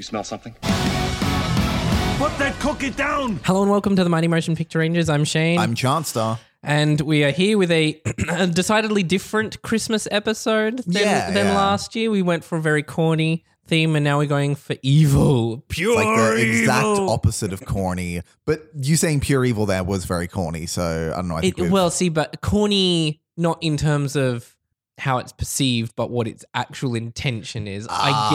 smell something? Put that cookie down! Hello and welcome to the Mighty Motion Picture Rangers. I'm Shane. I'm Johnstar. and we are here with a, a decidedly different Christmas episode than, Yeah, than yeah. last year. We went for a very corny theme and now we're going for evil. Pure It's like the exact evil. opposite of corny. But you saying pure evil there was very corny. So I don't know. I think It, we've- well, see, but corny, not in terms of how it's perceived, but what its actual intention is, Ah,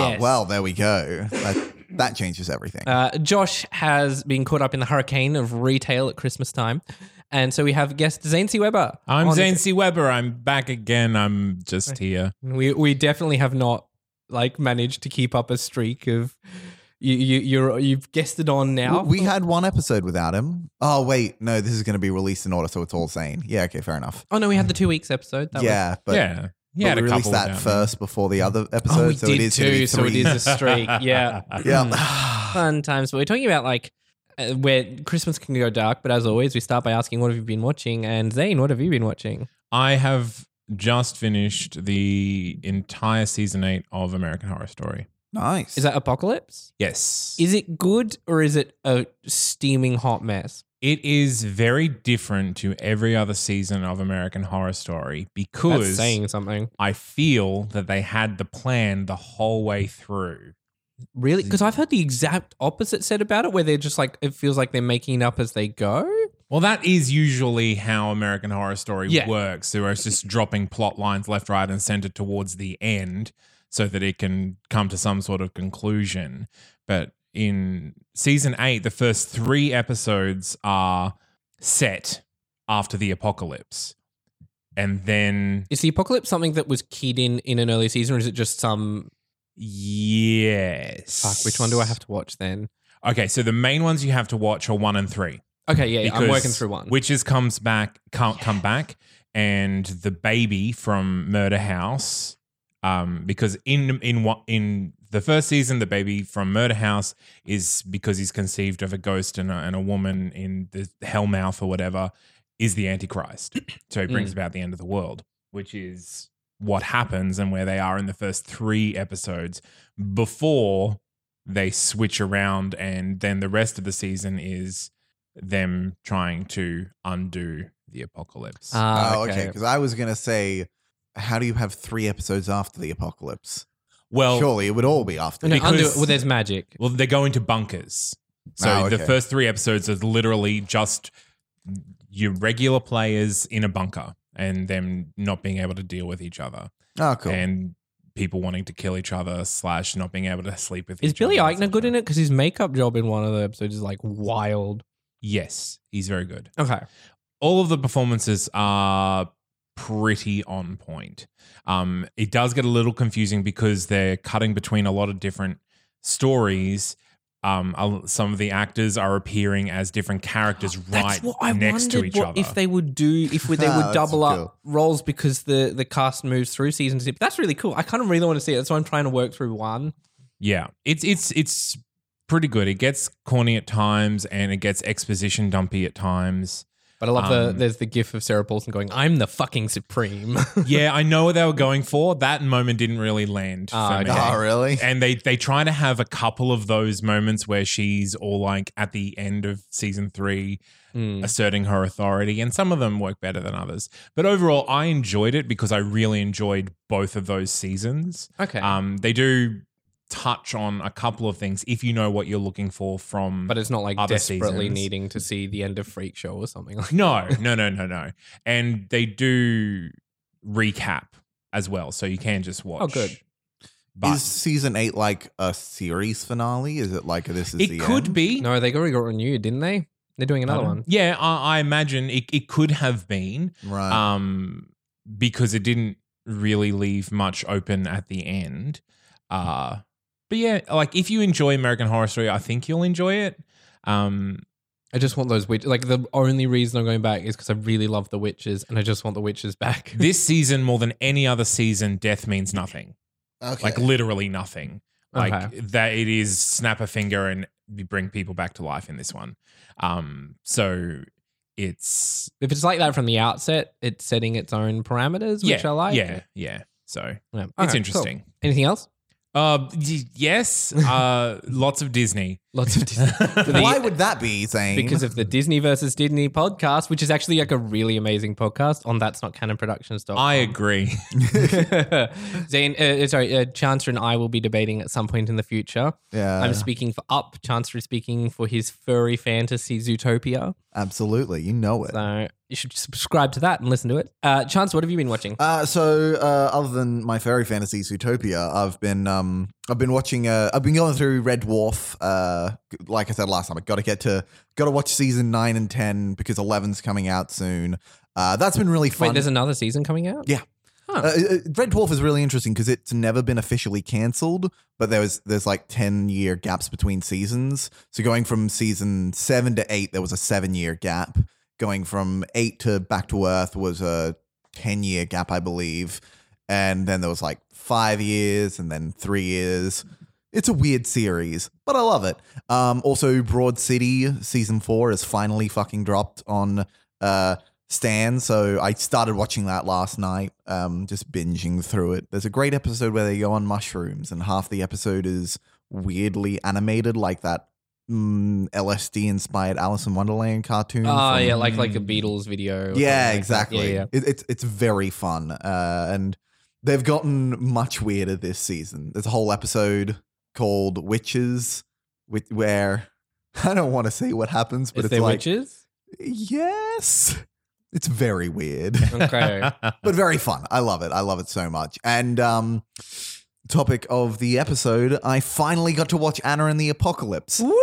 I guess. Well, there we go. That, that changes everything. Uh, Josh has been caught up in the hurricane of retail at Christmas time. And so we have guest Zane C. Weber. I'm on- Zane C. Weber. I'm back again. I'm just here. We, we definitely have not like managed to keep up a streak of you, you, you're, you've guessed it on now. we we had one episode without him. Oh wait, no, this is going to be released in order, so it's all sane. Yeah, okay, fair enough. oh, no, we had the two weeks episode. That Was- yeah, but, yeah. He but had we a released couple that without me. first before the other episode, Oh, we so did it is gonna too, be so it three. is a streak. Yeah. yeah. Fun times. But we're talking about like uh, where Christmas can go dark. But as always, we start by asking, what have you been watching? And Zane, what have you been watching? I have just finished the entire season eight of American Horror Story. nice. Is that Apocalypse? Yes. Is it good or is it a steaming hot mess? it is very different to every other season of American Horror Story That's because saying something. I feel that they had the plan the whole way through. Really? Because I've heard the exact opposite said about it, where they're just like, it feels like they're making it up as they go. Well, that is usually how American Horror Story Yeah. works. So it's just dropping plot lines left, right, and center towards the end so that it can come to some sort of conclusion. But in season eight, the first three episodes are set after the apocalypse. And then, Is the apocalypse something that was keyed in in an early season, or is it just some? yes. Fuck, which one do I have to watch then? Okay, so the main ones you have to watch are one and three. Okay, yeah, I'm working because through one. Witches comes back, can't come back, and the baby from Murder House. Um, because in in what in the first season, the baby from Murder House is because he's conceived of a ghost and a, and a woman in the Hellmouth or whatever is the Antichrist. so he Mm. brings about the end of the world, which is what happens and where they are in the first three episodes before they switch around and then the rest of the season is them trying to undo the apocalypse. Ah, oh, okay. Because I was going to say, how do you have three episodes after the apocalypse? well, Surely it would all be after. No, the- undo it. because- Well, there's magic. well, they go into bunkers. So Oh, the okay. first three episodes are literally just your regular players in a bunker and them not being able to deal with each other Oh, cool. and people wanting to kill each other slash not being able to sleep with Is each Billy other. Eichner good in it? Because his makeup job in one of the episodes is like wild. Yes, he's very good. Okay. all of the performances are pretty on point. Um, it does get a little confusing because they're cutting between a lot of different stories. Um, a- some of the actors are appearing as different characters right That's what I next to wondered each what- other. if they would do if we, they would That's double up cool. roles because the the cast moves through seasons. But That's really cool. I kind of really want to see it. That's why I'm trying to work through one. yeah, it's it's it's pretty good. It gets corny at times and it gets exposition dumpy at times. But I love the Um, there's the gif of Sarah Paulson going, "I'm the fucking supreme." yeah, I know what they were going for. That moment didn't really land Ah, for me. okay. oh, really? and they they try to have a couple of those moments where she's all like at the end of season three Mm. asserting her authority and some of them work better than others but overall i enjoyed it because i really enjoyed both of those seasons Okay. um they do touch on a couple of things if you know what you're looking for from but it's not like other desperately seasons. needing to see the end of Freak Show or something like. no no no no no and they do recap as well so you can just watch Oh, good. but is season eight like a series finale? Is it like this is it the could end? be No, they already got renewed, didn't they? They're doing another one. yeah i, I imagine it, it could have been Uh. right? um, because it didn't really leave much open at the end. Hmm. Uh, but yeah, like if you enjoy American Horror Story, I think you'll enjoy it. Um, I just want those witches. Like the only reason I'm going back is because I really love the witches, and I just want the witches back. this season, more than any other season, death means nothing. okay. Like literally nothing. Like Okay. that, it is snap a finger and you bring people back to life in this one. Um, so it's if it's like that from the outset, it's setting its own parameters, which I yeah, like. yeah, yeah. So Yeah. it's Okay, interesting. cool. Anything else? Uh, y- yes, uh, lots of Disney. Lots of Disney. The- Why would that be, Zane? because of the Disney versus Disney podcast, which is actually like a really amazing podcast on That's Not Canon Productions. I agree. Zane, uh, sorry, uh, Chancellor and I will be debating at some point in the future. yeah, I'm speaking for Up. Chancellor is speaking for his furry fantasy Zootopia. absolutely. You know it. So you should subscribe to that and listen to it. Uh, Chance, what have you been watching? Uh, so uh, other than my fairy fantasy Zootopia, I've been um, I've been watching uh, I've been going through Red Dwarf. Uh, g- like I said last time, I got to get to got to watch season nine and ten because 11's coming out soon. Uh, that's been really Wait, fun. there's another season coming out? Yeah. Uh, Huh. uh, Red Dwarf is really interesting because it's never been officially cancelled, but there was there's like ten year gaps between seasons. So going from season seven to eight, there was a seven year gap. Going from eight to Back to Earth was a ten year gap, I believe, and then there was like five years and then three years. It's a weird series, but I love it. Um, also, Broad City season four is finally fucking dropped on uh, Stan. So I started watching that last night, um, just binging through it. There's a great episode where they go on mushrooms, and half the episode is weirdly animated, like that mm, LSD inspired Alice in Wonderland cartoon. Oh, from- yeah, like like a Beatles video. yeah, or something like that. exactly. Yeah, yeah. It, it's it's very fun, uh, and they've gotten much weirder this season. There's a whole episode called Witches, with, where I don't want to say what happens, but Is it's there like witches? yes, it's very weird, Okay. but very fun. I love it. I love it so much. And um, topic of the episode, I finally got to watch Anna and the Apocalypse. Woo!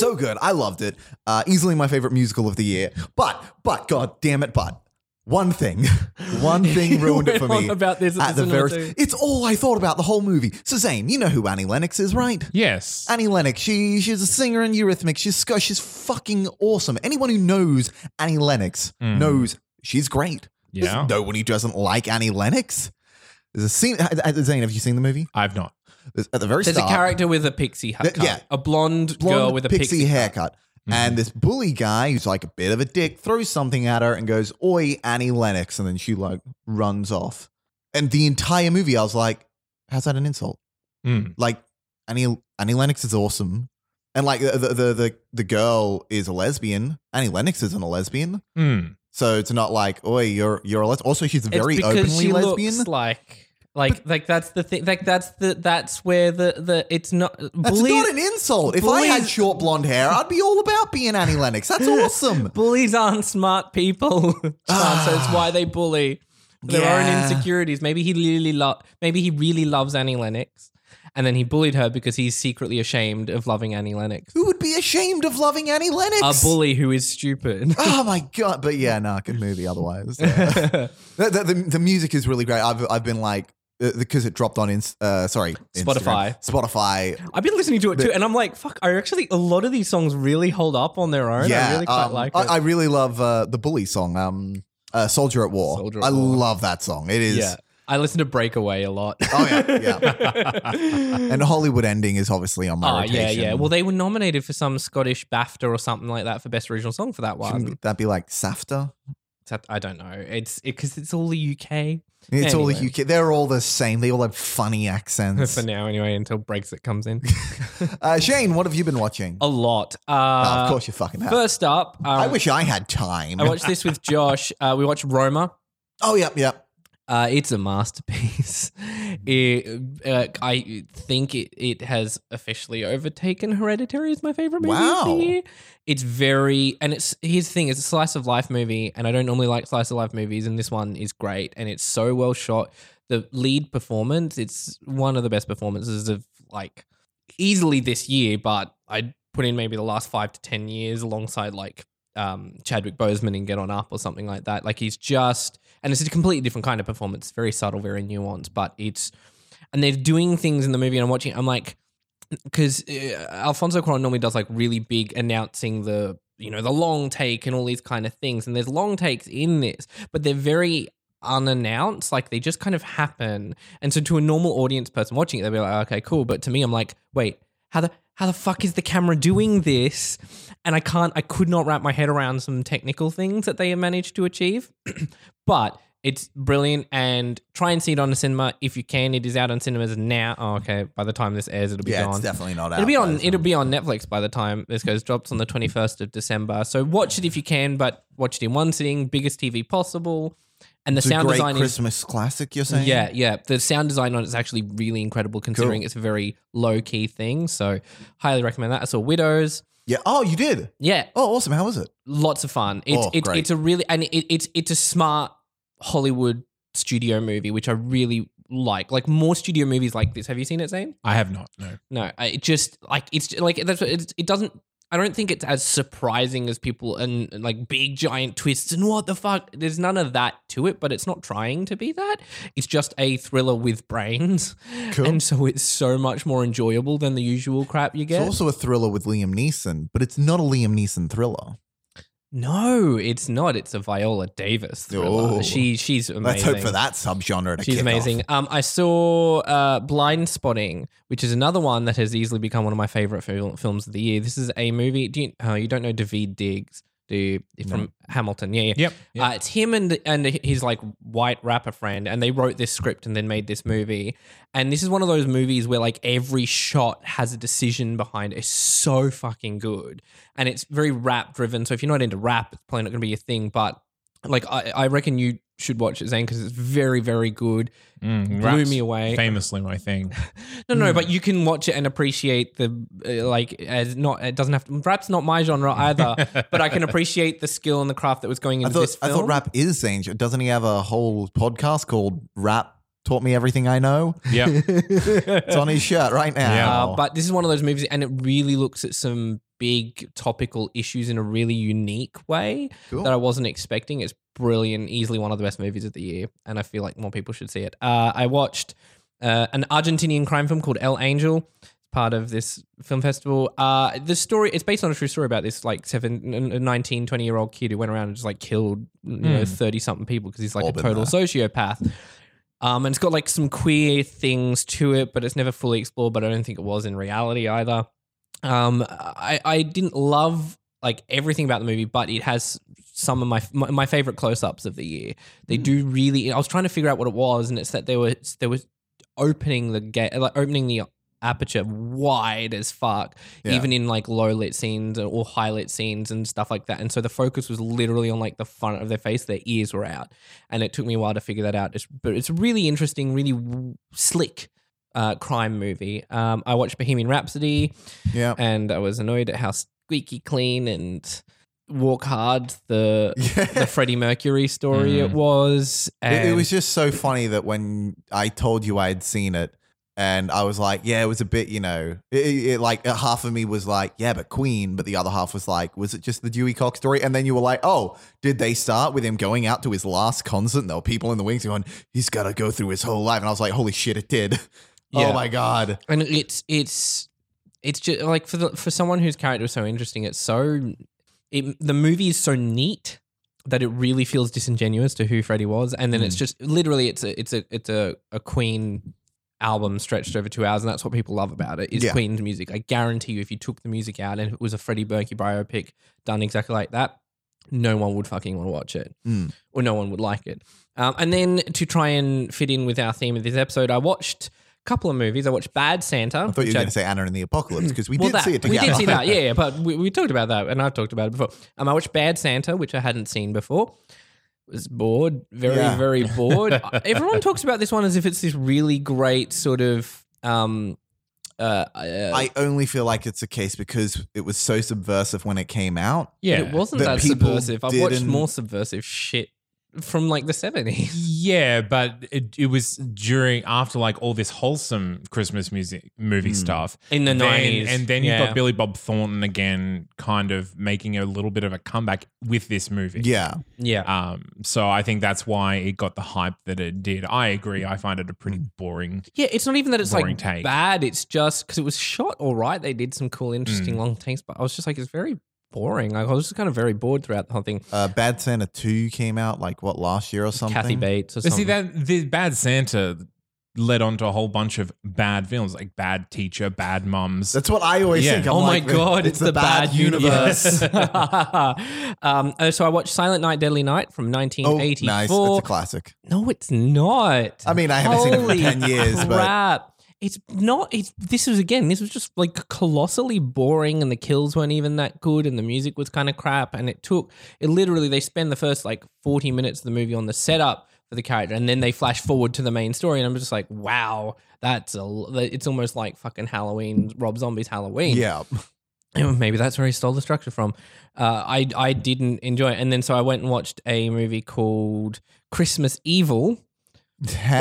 So good. I loved it. Uh, easily my favorite musical of the year. But, but, god damn it, but. One thing, one thing ruined it for Went me. on about this at the this and very, that. it's all I thought about the whole movie. So Zane, you know who Annie Lennox is, right? yes. Annie Lennox, she she's a singer in Eurythmics. She's Scots. She's fucking awesome. Anyone who knows Annie Lennox Mm. knows she's great. There's Yeah. no one who doesn't like Annie Lennox. There's a scene. uh, Zane, have you seen the movie? I've not. There's- at the very There's a start, character with a pixie haircut. yeah. A blonde, blonde girl with a pixie, pixie, haircut. Mm. Mm-hmm. And this bully guy who's like a bit of a dick throws something at her and goes, Oi, Annie Lennox. And then she like runs off. And the entire movie, I was like, How's that an insult? Mm. Like, Annie, Annie Lennox is awesome. And like the, the, the, the, the girl is a lesbian. Annie Lennox isn't a lesbian. Mm. So it's not like, Oi, you're, you're a lesbian. Also, she's It's very because openly she lesbian. Looks like like like that's the thing. Like that's the that's where the the it's not. That's bullies, not an insult. If I had bullies- short blonde hair, I'd be all about being Annie Lennox. That's awesome. bullies aren't smart people. Chance, Ah. so it's why they bully their Yeah. own insecurities. Maybe he really lo- maybe he really loves Annie Lennox, and then he bullied her because he's secretly ashamed of loving Annie Lennox. Who would be ashamed of loving Annie Lennox? A bully who is stupid. Oh my god! But yeah, nah, good movie. Otherwise, Yeah. the, the, the the music is really great. I've I've been like because it dropped on Inst- uh, sorry Instagram. Spotify. Spotify. I've been listening to it too, and I'm like, fuck. I actually a lot of these songs really hold up on their own. yeah, I really quite um, like I, it. I really love uh, the bully song. Um, uh, Soldier at War. Soldier at I War. love that song. It is. yeah, I listen to Breakaway a lot. Oh yeah, yeah. and Hollywood ending is obviously on my Oh, rotation. yeah, yeah. Well, they were nominated for some Scottish BAFTA or something like that for Best Original Song for that Shouldn't one. that be like Safta? That- I don't know. It's because it's all the UK It's all the Anyway. UK. They're all the same. They all have funny accents. for now, anyway, until Brexit comes in. uh, Shane, what have you been watching? a lot. Uh, Ah, of course, you fucking have. First up, um, I wish I had time. I watched this with Josh. Uh, we watched Roma. oh, yep, yep. Uh, it's a masterpiece. It, uh, I think it, it has officially overtaken Hereditary as my favorite movie of Wow. the year. It's very and it's here's the thing: it's a slice of life movie, and I don't normally like slice of life movies, and this one is great, and it's so well shot. The lead performance, it's one of the best performances of like easily this year, but I'd put in maybe the last five to ten years alongside like um, Chadwick Boseman in Get On Up or something like that. Like he's just, and it's a completely different kind of performance, very subtle, very nuanced, but it's, and they're doing things in the movie, and I'm watching, I'm like, because uh, Alfonso Cuarón normally does like really big announcing the you know the long take and all these kind of things, and there's long takes in this, but they're very unannounced, like they just kind of happen. And so to a normal audience person watching it, they'll be like, okay, cool. But to me, I'm like, wait, how the how the fuck is the camera doing this? And I can't, I could not wrap my head around some technical things that they managed to achieve, but. It's brilliant and try and see it on the cinema if you can. It is out on cinemas now. Oh, okay. By the time this airs, it'll be yeah, gone. it's definitely not out. It'll be by on. the time- It'll be on Netflix by the time this goes. Drops on the twenty first of December. So watch it if you can, but watch it in one sitting, biggest TV possible. And the It's a sound great design is Christmas classic. You're saying? yeah, yeah. The sound design on it's actually really incredible considering it's a very low key thing. So highly recommend that. I saw Widows. Yeah. Oh, you did. Yeah, Oh, awesome. How was it? lots of fun. It's Oh, it's great. it's a really and it, it's it's a smart Hollywood studio movie, which I really like. Like more studio movies like this. Have you seen it, Zane? I have not. No. No, I- it just like it's like that's what it, it doesn't. I don't think it's as surprising as people and, and, like big giant twists and what the fuck. There's none of that to it, but it's not trying to be that. It's just a thriller with brains, Cool. and so it's so much more enjoyable than the usual crap you get. It's also a thriller with Liam Neeson, but it's not a Liam Neeson thriller. no, it's not. It's a Viola Davis thriller. Oh. she she's amazing. Let's hope for that subgenre to She's kick amazing. off. Um, I saw uh, Blind Spotting, which is another one that has easily become one of my favorite fil- films of the year. This is a movie. Do you, oh, you don't know David Diggs, do you? From Hamilton. Yeah, yeah. Yep. Uh, it's him and and his like white rapper friend, and they wrote this script and then made this movie. And this is one of those movies where like every shot has a decision behind. it. It's so fucking good, and it's very rap driven. So if you're not into rap, it's probably not going to be your thing. But like I, I reckon you should watch it, Zane, because it's very very good. Mm, Blew raps me away. Famously, my thing. No, Hmm. no, but you can watch it and appreciate the uh, like as not. It doesn't have to. Rap's not my genre either, but I can appreciate the skill and the craft that was going I into thought, this I film. thought rap is Zane. Doesn't he have a whole podcast called Rap Taught Me Everything I Know? Yeah. It's on his shirt right now. Yeah. Uh, but this is one of those movies, and it really looks at some big topical issues in a really unique way Cool. that I wasn't expecting. It's brilliant, easily one of the best movies of the year, and I feel like more people should see it. Uh, I watched uh, an Argentinian crime film called El Angel. Part of this film festival. Uh, the story, it's based on a true story about this like seven, n- n- 19, 20 year old kid who went around and just like killed, you know, 30 something people because he's like All a been total sociopath. Um, and it's got like some queer things to it, but it's never fully explored. But I don't think it was in reality either. Um, I, I didn't love like everything about the movie, but it has some of my my, my favorite close ups of the year. They do really. I was trying to figure out what it was, and it's that they were they were opening the gate, like opening the aperture wide as fuck, Yeah. even in like low lit scenes or high lit scenes and stuff like that. And so the focus was literally on like the front of their face. Their ears were out, and it took me a while to figure that out. It's, but it's a really interesting, really w- slick uh, crime movie. Um, I watched Bohemian Rhapsody Yeah. and I was annoyed at how squeaky clean and walk hard the Yeah. the Freddie Mercury story it Mm. was. And It, it was just so funny that when I told you I had seen it, and I was like, yeah, it was a bit, you know, it, it, it, like uh, half of me was like, yeah, but Queen, but the other half was like, was it just the Dewey Cox story? And then you were like, oh, did they start with him going out to his last concert? And there were people in the wings going, he's got to go through his whole life. And I was like, holy shit, it did. Yeah. Oh my god. and it's it's it's just like for the for someone whose character is so interesting, it's so it, the movie is so neat that it really feels disingenuous to who Freddie was, and then it's just literally it's a it's a it's a, a Queen album stretched over two hours, and that's what people love about it is Yeah. Queen's music. I guarantee you, if you took the music out and it was a Freddie Mercury biopic done exactly like that, no one would fucking want to watch it, Mm. or no one would like it. Um, and then to try and fit in with our theme of this episode, I watched. a Couple of movies. I watched Bad I Santa. thought you were which I going to say Anna and the Apocalypse because we well, did that, see it we together. did see that, yeah, yeah. But we, we talked about that, and I've talked about it before. Um, I watched Bad Santa, which I hadn't seen before. Was bored, very, Yeah. very bored. Everyone talks about this one as if it's this really great sort of. Um, uh, uh, I only feel like it's a case because it was so subversive when it came out. Yeah. It wasn't that that people subversive. I've watched didn't- more subversive shit from like the seventies. Yeah, but it, it was during after like all this wholesome Christmas music movie stuff In Mm. the Then- 90s, and then you've yeah. got Billy Bob Thornton again, kind of making a little bit of a comeback with this movie. Yeah. Yeah, Um, so I think that's why it got the hype that it did. I agree. I find it a pretty boring. yeah. It's not even that it's like Boring take. bad. It's just because it was shot all right. They did some cool, Mm. interesting long takes, but I was just like, it's very boring. Like, I was just kind of very bored throughout the whole thing. Uh, Bad Santa 2 came out like what last year or something? Kathy Bates or But something. see that the Bad Santa led on to a whole bunch of bad films, like Bad Teacher, Bad Mums. That's what I always Yeah. think. I'm oh like, my god, it's, the, bad, universe. oh, um, uh, so I watched Silent Night, Deadly Night from Oh, nice. 1984. That's a classic. no, it's not. I mean, I haven't seen it for Holy 10 years, but crap. It's not. It's this was again. This was just like colossally boring, and the kills weren't even that good, and the music was kind of crap. And it took it literally. They spend the first like forty minutes of the movie on the setup for the character, and then they flash forward to the main story. And I'm just like, wow, that's a. l- It's almost like fucking Halloween, Rob Zombie's Halloween. yeah. Maybe that's where he stole the structure from. Uh, I I didn't enjoy it, and then so I went and watched a movie called Christmas Evil, Hey.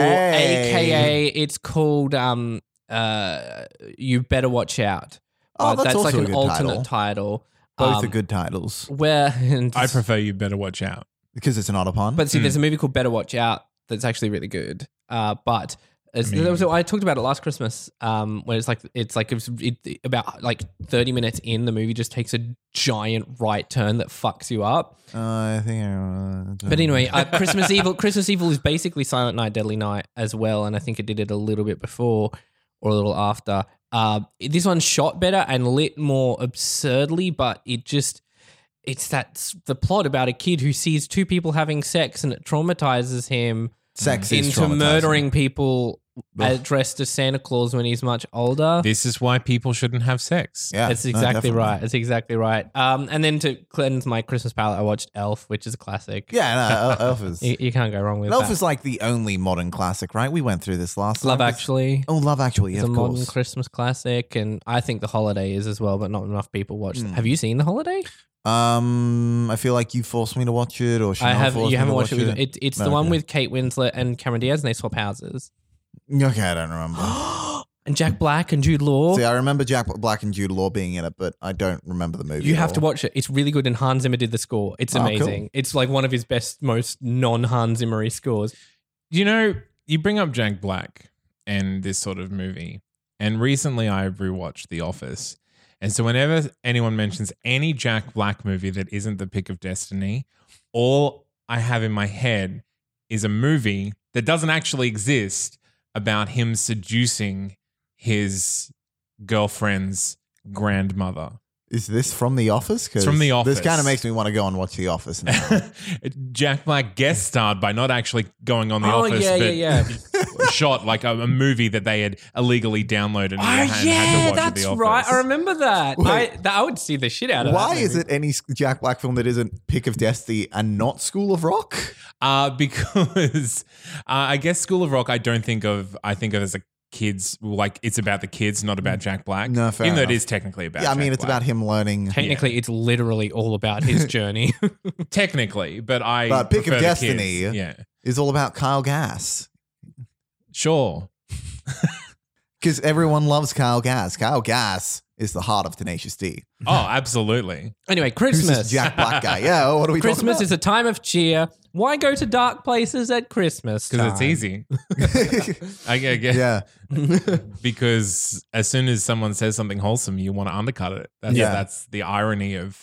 or AKA it's called um uh you better watch out. Oh, Uh, that's also like a an good alternate title. Both Um, are good titles Where and I prefer you better watch out. because it's an autopon. but see, there's a movie called Better Watch Out that's actually really good. Uh, but as, I mean- there was, I talked about it last Christmas, um, where it's like it's like it's it, about like 30 minutes in the movie just takes a giant right turn that fucks you up. uh, I think. I- But anyway, uh, Christmas Evil. Christmas Evil is basically Silent Night, Deadly Night as well, and I think it did it a little bit before or a little after. Uh, this one shot better and lit more absurdly, but it just it's that s- the plot about a kid who sees two people having sex and it traumatizes him sex is into traumatizing. murdering people Ugh. uh, dressed as Santa Claus when he's much older. This is why people shouldn't have sex. Yeah, That's no, exactly definitely. right. That's exactly right. Um, and then to cleanse my Christmas palette, I watched Elf, which is a classic. Yeah, no, Elf is. You, you can't go wrong with Elf that. is like the only modern classic, right? We went through this last. Love time. Actually. Oh, Love Actually, yeah, It's a of modern course. Christmas classic, and I think The Holiday is as well, but not enough people watch. it. Mm. Have you seen The Holiday? um, I feel like you forced me to watch it, or Chanel I have. Forced You me haven't to watched it. watch with- it it's the No, one okay. with Kate Winslet and Cameron Diaz, and they swap houses. Okay, I don't remember. and Jack Black and Jude Law. See, I remember Jack Black and Jude Law being in it, but I don't remember the movie. you at have to all. watch it. It's really good, and Hans Zimmer did the score. It's Oh, cool. amazing. It's like one of his best, most non-Hans Zimmery scores. You know, you bring up Jack Black and this sort of movie, and recently I rewatched The Office. And so whenever anyone mentions any Jack Black movie that isn't The Pick of Destiny, all I have in my head is a movie that doesn't actually exist about him seducing his girlfriend's grandmother. Is this from The Office? 'Cause It's from The Office. This kind of makes me want to go and watch The Office now. Jack Black guest starred by not actually going on the Oh, office, yeah, but yeah, shot like a, a movie that they had illegally Ah, downloaded. And Oh, had, had to watch at the office. I remember that. Wait. I, that. I would see the shit out of. Why that is movie. it any Jack Black film that isn't Pick of Destiny and not School of Rock? Uh, because uh, I guess School of Rock, I don't think of. I think of as a kids like it's about the kids, not about Jack Black. No, fair even though it enough. is technically about. Yeah, I Jack mean, it's Black. about him learning. Technically, it's literally all about his journey. technically, but I. But Pick of prefer the Destiny. kids. Yeah, Is all about Kyle Gass sure. because everyone loves Kyle Gass. Kyle Gass is the heart of Tenacious D. Oh, absolutely. anyway, Who's Christmas. this Jack Black guy? Yeah. What are we? talking Christmas about? is a time of cheer. Why go to dark places at Christmas? Because it's time? easy. I, I guess. yeah. because as soon as someone says something wholesome, you want to undercut it. That's, Yeah. that's the irony of.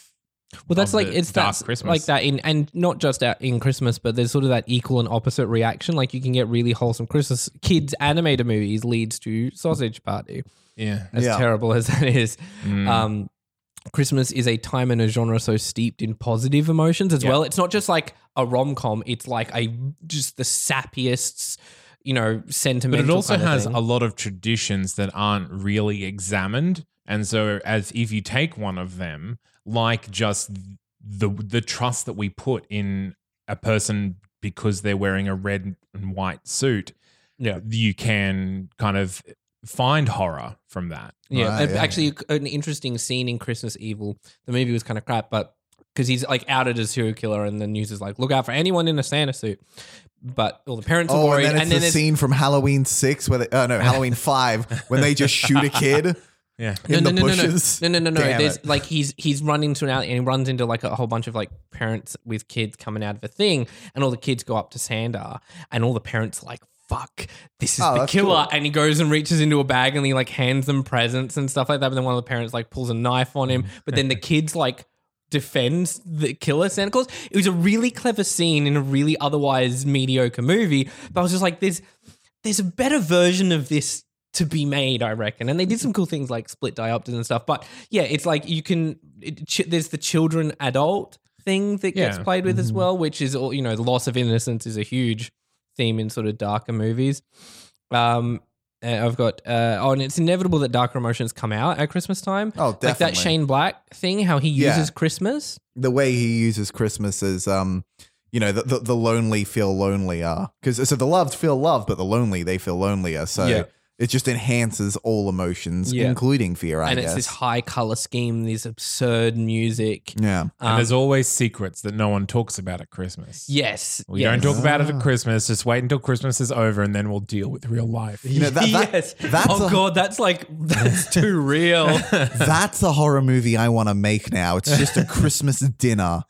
Well, that's of like the it's dark that Christmas. like that in and not just out in Christmas, but there's sort of that equal and opposite reaction. Like you can get really wholesome Christmas kids animated movies leads to Sausage Party, Yeah. as Yeah. terrible as that is. Mm. Uh, Um, Christmas is a time and a genre so steeped in positive emotions as Yeah. well. It's not just like a rom com; it's like a just the sappiest, you know, but sentimental. it also kind of has thing. a lot of traditions that aren't really examined. And so as if you take one of them, like just the the trust that we put in a person because they're wearing a red and white suit, Yeah. you can kind of find horror from that. Yeah, Right, uh, yeah. actually, an interesting scene in Christmas Evil. The movie was kind of crap, but because he's like outed as serial killer, and the news is like, look out for anyone in a Santa suit. But all the parents are Oh, worried, and then it's the there's- scene from Halloween six where they, oh no, Halloween five when they just shoot a kid Yeah. in the no, no, bushes. No, no, no, no. no. Damn There's it. like he's he's run into an alley and he runs into like a whole bunch of like parents with kids coming out of a thing, and all the kids go up to Sandar, and all the parents are like. Fuck! This is Oh, the that's killer, cool. and he goes and reaches into a bag and he like hands them presents and stuff like that. But then one of the parents like pulls a knife on him. But then the kids like defends the killer Santa Claus. It was a really clever scene in a really otherwise mediocre movie. But I was just like, there's there's a better version of this to be made, I reckon. And they did some cool things like split diopters and stuff. But yeah, it's like you can. It, ch- there's the children adult thing that gets Yeah. played with as Mhm. well, which is all you know. The loss of innocence is a huge theme in sort of darker movies. Um, and I've got uh, oh, and it's inevitable that darker emotions come out at Christmas time. Oh, definitely. Like that Shane Black thing, how he Yeah. uses Christmas. the way he uses Christmas is, um, you know, the, the, the lonely feel lonelier because so the loved feel loved, but the lonely they feel lonelier. So Yeah. it just enhances all emotions, Yeah. including fear. I and guess. it's this high color scheme, this absurd music. yeah. And Um, there's always secrets that no one talks about at Christmas. yes, We yes. don't talk about it Ah. at Christmas. Just wait until Christmas is over and then we'll deal with real life. You know, that, that, yes. that's oh a- god, that's like that's too real. That's a horror movie I want to make now. It's just a Christmas dinner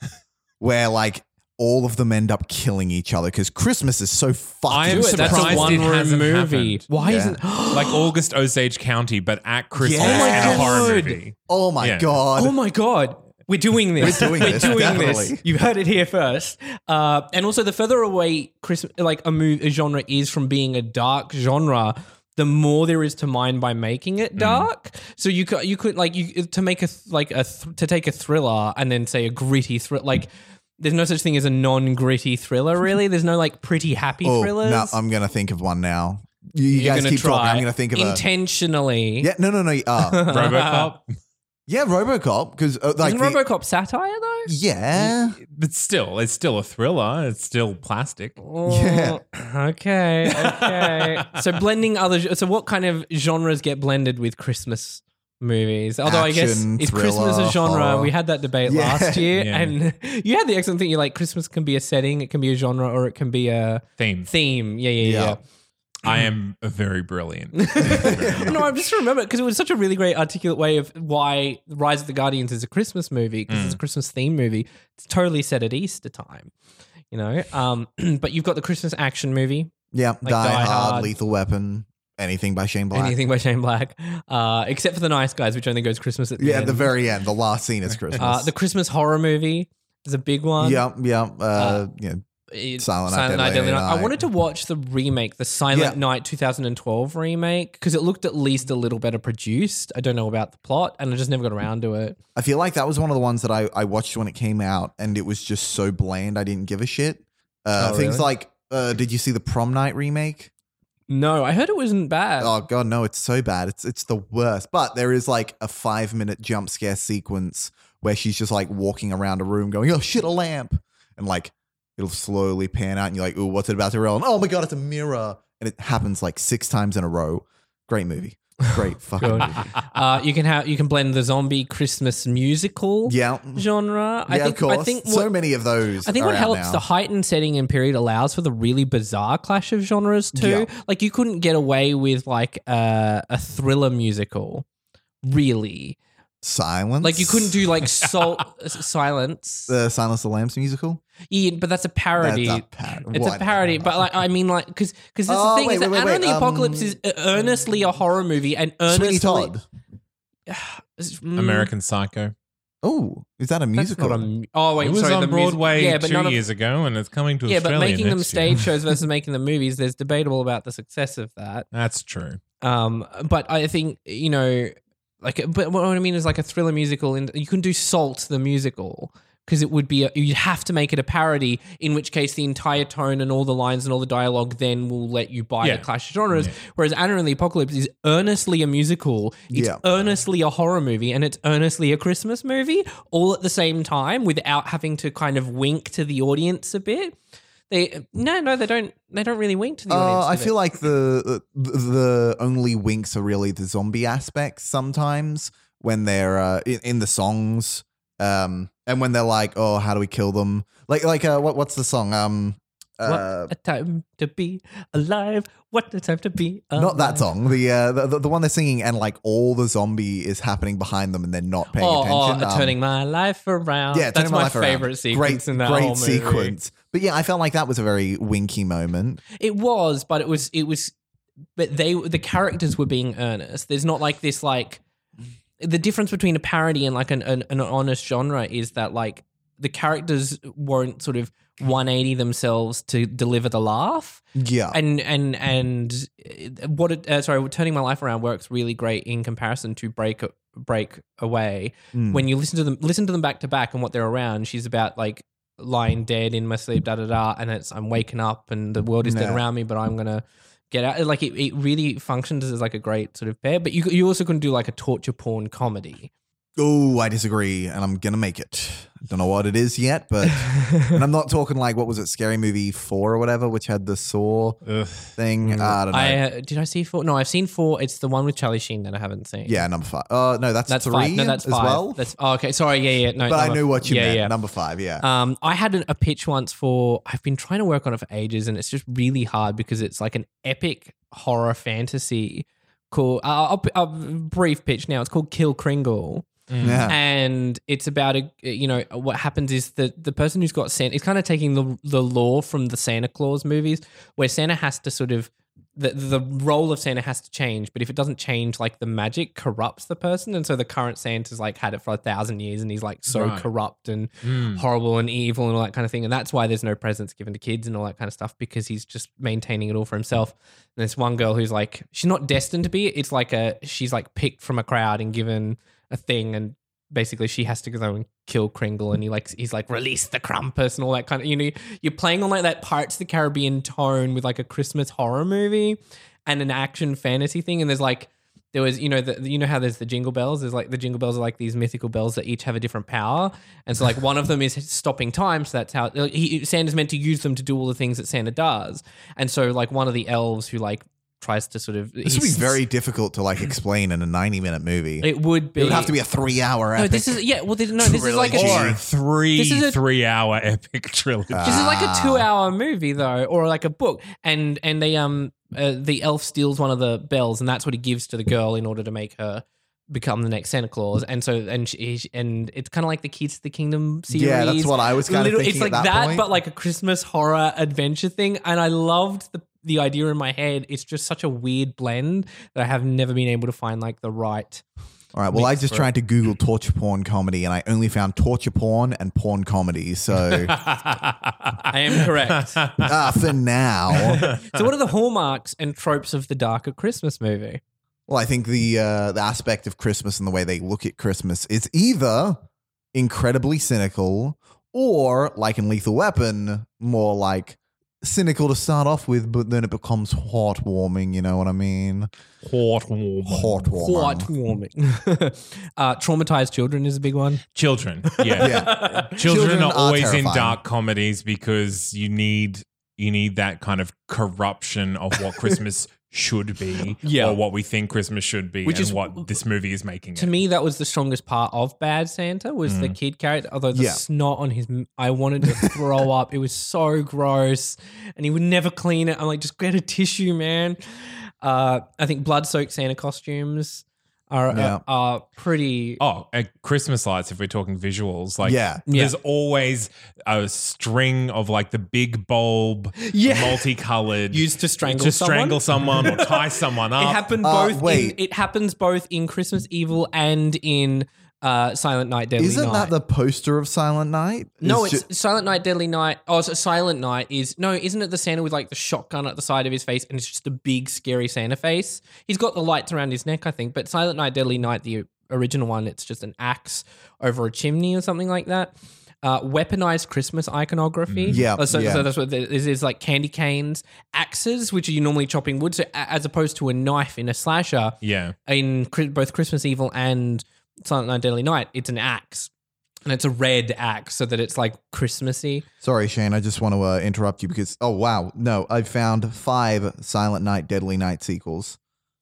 where like all of them end up killing each other because Christmas is so fucking. I am Do it. That's surprised a it one-room hasn't movie. happened. Why Yeah. isn't like August Osage County, but at Christmas. Yeah. Oh my and a horror God. movie. Oh my Yeah. god! Oh my god. We're doing this. We're doing this, definitely. You've heard it here first. Uh, and also, the further away Christmas, like a, move, a genre is from being a dark genre, the more there is to mine by making it Mm. dark. So you could, you could like you to make a th- like a th- to take a thriller and then say a gritty thriller. Like, there's no such thing as a non gritty thriller. Really, there's no like pretty happy Oh, thrillers. no, I'm gonna think of one now. You, you You're guys gonna keep try talking. I'm gonna think of a. intentionally. Yeah, no, no, no. Uh, Robocop. yeah, RoboCop because uh, like Isn't the- RoboCop satire though? yeah, But still, it's still a thriller. It's still plastic. Yeah. Oh, Okay. Okay. so blending other. So what kind of genres get blended with Christmas movies? Although I guess Action, is Christmas thriller, a genre? horror. We had that debate Yeah. last year, Yeah. and you had the excellent thing. You're like, Christmas can be a setting, it can be a genre, or it can be a Theme. theme. Yeah. Yeah. Yeah. Yeah. I am very brilliant. no, I'm just remember because it was such a really great articulate way of why Rise of the Guardians is a Christmas movie because Mm. it's a Christmas theme movie. It's totally set at Easter time, you know. Um, but you've got the Christmas action movie, yeah. Die, Die hard, Hard. Lethal Weapon, anything by Shane Black. Anything by Shane Black, uh, except for the Nice Guys, which only goes Christmas at the Yeah, end. at the very end, the last scene is Christmas. uh, the Christmas horror movie is a big one. yeah, yeah, uh, yeah. It- Silent Night, Deadly Night. I Night. wanted to watch the remake, the Silent Yeah. Night 2012 remake, because it looked at least a little better produced. I don't know about the plot, and I just never got around to it. I feel like that was one of the ones that I, I watched when it came out, and it was just so bland. I didn't give a shit. Uh, Oh, things really? like, uh, did you see the Prom Night remake? No, I heard it wasn't bad. oh god, no, it's so bad. It's it's the worst. But there is like a five minute jump scare sequence where she's just like walking around a room, going, "Oh shit, a lamp," and like it'll slowly pan out, and you're like, "Oh, what's it about to roll?" And oh my god, it's a mirror, and it happens like six times in a row. Great movie. Great fucking God. movie. Uh, you can have you can blend the zombie Christmas musical Yeah. mm, genre. I yeah, think of course. I think what, so many of those. I think are what out helps now. the heightened setting and period allows for the really bizarre clash of genres too. Like you couldn't get away with like uh, a thriller musical, really. silence. Like you couldn't do like soul silence. the Silence of the Lambs musical. yeah, but that's a parody. That's a par- it's a whatever. parody, but like I mean, like because because that's Oh, the thing wait, is that wait, wait, Anna and wait, the Apocalypse um, is uh, earnestly a horror movie and Sweeney earnestly Todd. Mm, American Psycho. Oh, is that a That's musical? not a. mu- Oh wait, it was sorry, the on music- Broadway yeah, but two none of- years ago, and it's coming to Yeah, but Australia making them next year. stage shows versus making them movies, there's debatable about the success of that. That's true. Um, but I think you know, like, but what I mean is like a thriller musical, and you can do Salt the musical because it would be a, you'd have to make it a parody, in which case the entire tone and all the lines and all the dialogue then will let you buy Yeah. the clash of genres. Yeah. Whereas Anna and the Apocalypse is earnestly a musical, it's Yeah. earnestly a horror movie, and it's earnestly a Christmas movie, all at the same time without having to kind of wink to the audience a bit. They no no they don't they don't really wink to the Uh, audience. I do they? feel like the, the the only winks are really the zombie aspects sometimes when they're uh, in, in the songs, um, and when they're like, "Oh, how do we kill them?" Like like uh, what what's the song? Um, uh, what a time to be alive. What a time to be alive. not that song. The, uh, the the the one they're singing, and like all the zombie is happening behind them, and they're not paying Oh, oh, attention. Um, turning my life around. yeah, that's turning my, my, life around. favorite sequence great, in that great whole movie. sequence. But yeah, I felt like that was a very winky moment. It was, but it was, it was, but they, the characters were being earnest. There's not like this, like the difference between a parody and like an an, an honest genre is that like the characters won't sort of 180 themselves to deliver the laugh Yeah. and and and uh, what it, uh, sorry turning my life around works really great in comparison to break break away Mm. when you listen to them listen to them back to back and what they're around she's about like lying dead in my sleep da da da and it's i'm waking up and the world is dead Yeah. around me but i'm gonna get out like it, it really functions as like a great sort of pair but you you also can do like a torture porn comedy oh, I disagree, and I'm gonna make it. I don't know what it is yet, but and I'm not talking like what was it, Scary Movie Four or whatever, which had the Saw Ugh. thing. Mm. I don't know. I uh, did I see four? No, I've seen four. It's the one with Charlie Sheen that I haven't seen. yeah, number five. Uh, no, that's, that's three five. No, that's as five. well. That's oh, okay. Sorry, yeah, yeah. No, but I number- knew what you yeah, meant. Yeah. Number five. Yeah. Um, I had an, a pitch once for. I've been trying to work on it for ages, and it's just really hard because it's like an epic horror fantasy. Cool. I'll, I'll, I'll brief pitch now. It's called Kill Kringle Mm. yeah. and it's about a you know what happens is that the person who's got Santa it's kind of taking the the law from the Santa Claus movies where Santa has to sort of the the role of Santa has to change, but if it doesn't change, like the magic corrupts the person, and so the current Santa's like had it for a thousand years, and he's like so Right. corrupt and Mm. horrible and evil and all that kind of thing. And that's why there's no presents given to kids and all that kind of stuff because he's just maintaining it all for himself. And there's one girl who's like, she's not destined to be. it. It's like a, she's like picked from a crowd and given a thing. And basically she has to go and kill Kringle. And he like, he's like, release the Krampus and all that kind of, you know, you're playing on like that Pirates of the Caribbean tone with like a Christmas horror movie and an action fantasy thing. And there's like, there was, you know, the, you know how there's the jingle bells. There's like the jingle bells are like these mythical bells that each have a different power, and so like one of them is stopping time. So that's how like, he, Santa's meant to use them to do all the things that Santa does. And so like one of the elves who like tries to sort of this would be he's- very difficult to like explain in a 90 minute movie. It, It would be. would have to be a three hour No, epic. this is yeah. Well, this, no, this is like a Trilogy. Or three This is a- three hour epic trilogy. Ah. This is like a two-hour movie though, or like a book, and and they um uh, the elf steals one of the bells, and that's what he gives to the girl in order to make her become the next Santa Claus, and so and she, and it's kind of like the Keys to the Kingdom series. yeah, that's what I was kind Little- of thinking it's like at that, point. but like a Christmas horror adventure thing, and I loved the the idea in my head. It's just such a weird blend that I have never been able to find like the right. All right. Well, I mixed just for it. tried to Google torture porn comedy and I only found torture porn and porn comedy. So I am correct. uh, for now, so, what are the hallmarks and tropes of the darker Christmas movie? well, I think the uh, the aspect of Christmas and the way they look at Christmas is either incredibly cynical or, like in Lethal Weapon, more like cynical to start off with, but then it becomes heartwarming. You know what I mean? Hot warm. Heartwarming. Heartwarming. uh, traumatized children is a big one. Children. Yeah. Yeah. Children, Children are are always in terrifying. dark comedies because you need you need that kind of corruption of what Christmas should be. Yeah. Or what we think Christmas should be Which and is- what this movie is making. to it. me, that was the strongest part of Bad Santa was the kid character. Although the Mm. Yeah. snot on his, m- I wanted to throw up. It was so gross, and he would never clean it. I'm like, just get a tissue, man. Uh, I think blood-soaked Santa costumes are Yeah. are, are pretty. Oh, uh, Christmas lights, if we're talking visuals, like Yeah. there's always a string of like the big bulb, Yeah. multicolored, Used to strangle to someone? strangle someone or tie someone It up. happened Uh, both. wait. In, it happens both in Christmas Evil and in uh, Silent Night, Deadly Isn't Night. that the poster of Silent Night? No, It's it's Silent Night, Deadly Night. Oh, so Silent Night is no, isn't it the Santa with like the shotgun at the side of his face, and it's just a big scary Santa face. He's got the lights around his neck, I think. But Silent Night, Deadly Night, the original one, it's just an axe over a chimney or something like that. Uh, weaponized Christmas iconography. Mm. Yeah, Uh, so, yeah. so that's what it is. It's like candy canes, axes, which are you normally chopping wood, so a- as opposed to a knife in a slasher yeah. in Chri- both Christmas Evil and Silent Night Deadly Night, it's an axe. And it's a red axe, so that it's like Christmassy. Sorry, Shane. I just want to uh, interrupt you because oh wow, no, I found five Silent Night, Deadly Night sequels.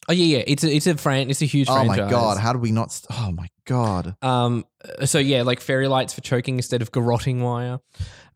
Oh yeah, yeah. It's a it's a fran- it's a huge. Oh my franchise. god, how do we not? St- oh my god, Um. So yeah, like fairy lights for choking instead of garroting wire.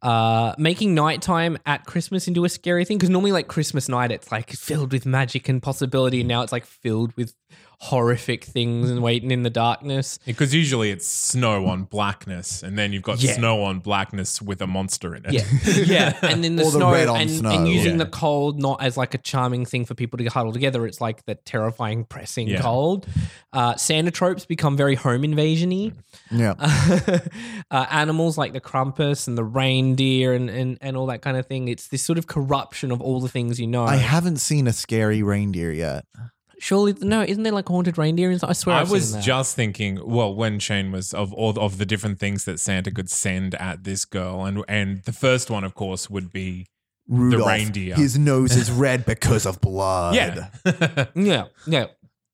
Uh, making nighttime at Christmas into a scary thing because normally like Christmas night it's like filled with magic and possibility. And now it's like filled with horrific things and waiting in the darkness. Because usually it's snow on blackness, and then you've got Yeah. snow on blackness with a monster in it. Yeah, yeah, and then the Or the snow, red on and, snow. and using Yeah. the cold not as like a charming thing for people to huddle together. It's like the terrifying, pressing Yeah. cold. Uh, Santa tropes become very home invasiony. Yeah. uh, animals like the Krampus and the reindeer and, and, and all that kind of thing. It's this sort of corruption of all the things you know. I haven't seen a scary reindeer yet. Surely, no, isn't there like haunted reindeer? and stuff? I swear I I've was seen that. just thinking, well, when Shane was of all of the different things that Santa could send at this girl, and and the first one, of course, would be Rudolph, reindeer. His nose is red because of blood. yeah, Yeah, yeah.